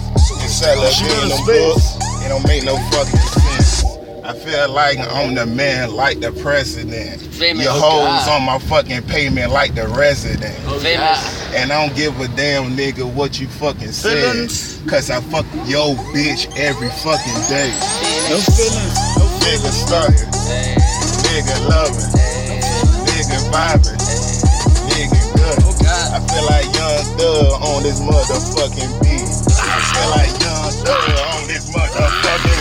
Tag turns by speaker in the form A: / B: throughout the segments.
A: shut up.
B: She
A: She
B: in
A: ain't
B: the
A: no
B: space.
A: books. It don't make no fucking sense. I feel like I'm the man, like the president.
C: Famous
A: Your hoes
C: God.
A: on my fucking payment, like the resident.
C: Famous.
A: And I don't give a damn nigga what you fucking said.
B: Feelings.
A: Cause I fuck yo bitch every fucking day.
B: No feelings. No
A: Nigga started, nigga loving, nigga vibing, nigga
B: Oh,
A: good.
C: God.
A: I feel like Young Thug on this motherfucking beat. I feel like Young Thug on this motherfucking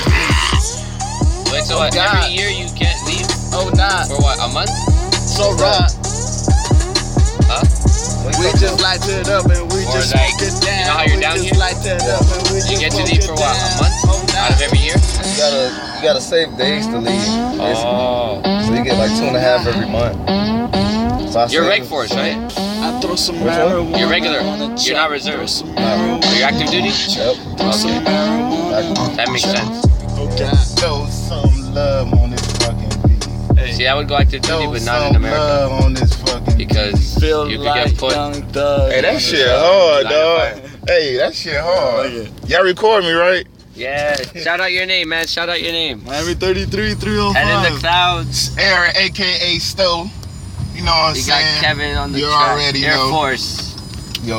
A: beat.
C: Wait, so
B: Oh,
C: what,
B: God.
C: every year you can't leave
B: Oh, nah.
C: for what, a month?
B: So raw.
C: Huh?
B: We just light it up and we
C: Or
B: just
C: like,
B: smoke it
C: you know
B: down.
C: how you're
B: we
C: down
B: just
C: here?
B: light it up and we just
C: You get to
B: smoke
C: leave
B: it
C: for what, a
B: down.
C: month?
B: Oh, nah.
C: Out of every year?
D: You gotta you gotta save days to leave. basically.
C: Oh.
D: So you get like two and a half every month. So I
C: You're
D: saved-
C: reg force, right?
B: I throw some
D: Which one?
B: marijuana.
C: You're regular.
B: on the
C: You're
B: chop.
C: not reserved.
B: Some
D: Nah.
C: Are you
B: marijuana.
C: active duty?
D: Yep.
B: Throw some marijuana.
C: That makes sense.
B: Oh, God.
A: Throw some love on this fucking beat.
C: See, I would go active duty,
A: Throw
C: but not in
A: some
C: America.
A: love on this fucking beat.
C: Because
B: Feel
C: you could
B: like
C: get put.
B: young thug.
A: Hey, that
B: on
A: shit
B: the
A: hard,
C: Line of
A: dog. Hey, that shit hard.
B: Like it.
A: Y'all record me, right?
C: Yeah. Shout out your name, man. Shout out your name.
B: Miami 33, 305.
C: And in the clouds,
A: Aaron, aka Stowe. You know what I'm
C: you got
A: saying?
C: Kevin on the
A: You
C: track.
A: already
C: Air
A: know.
C: Force.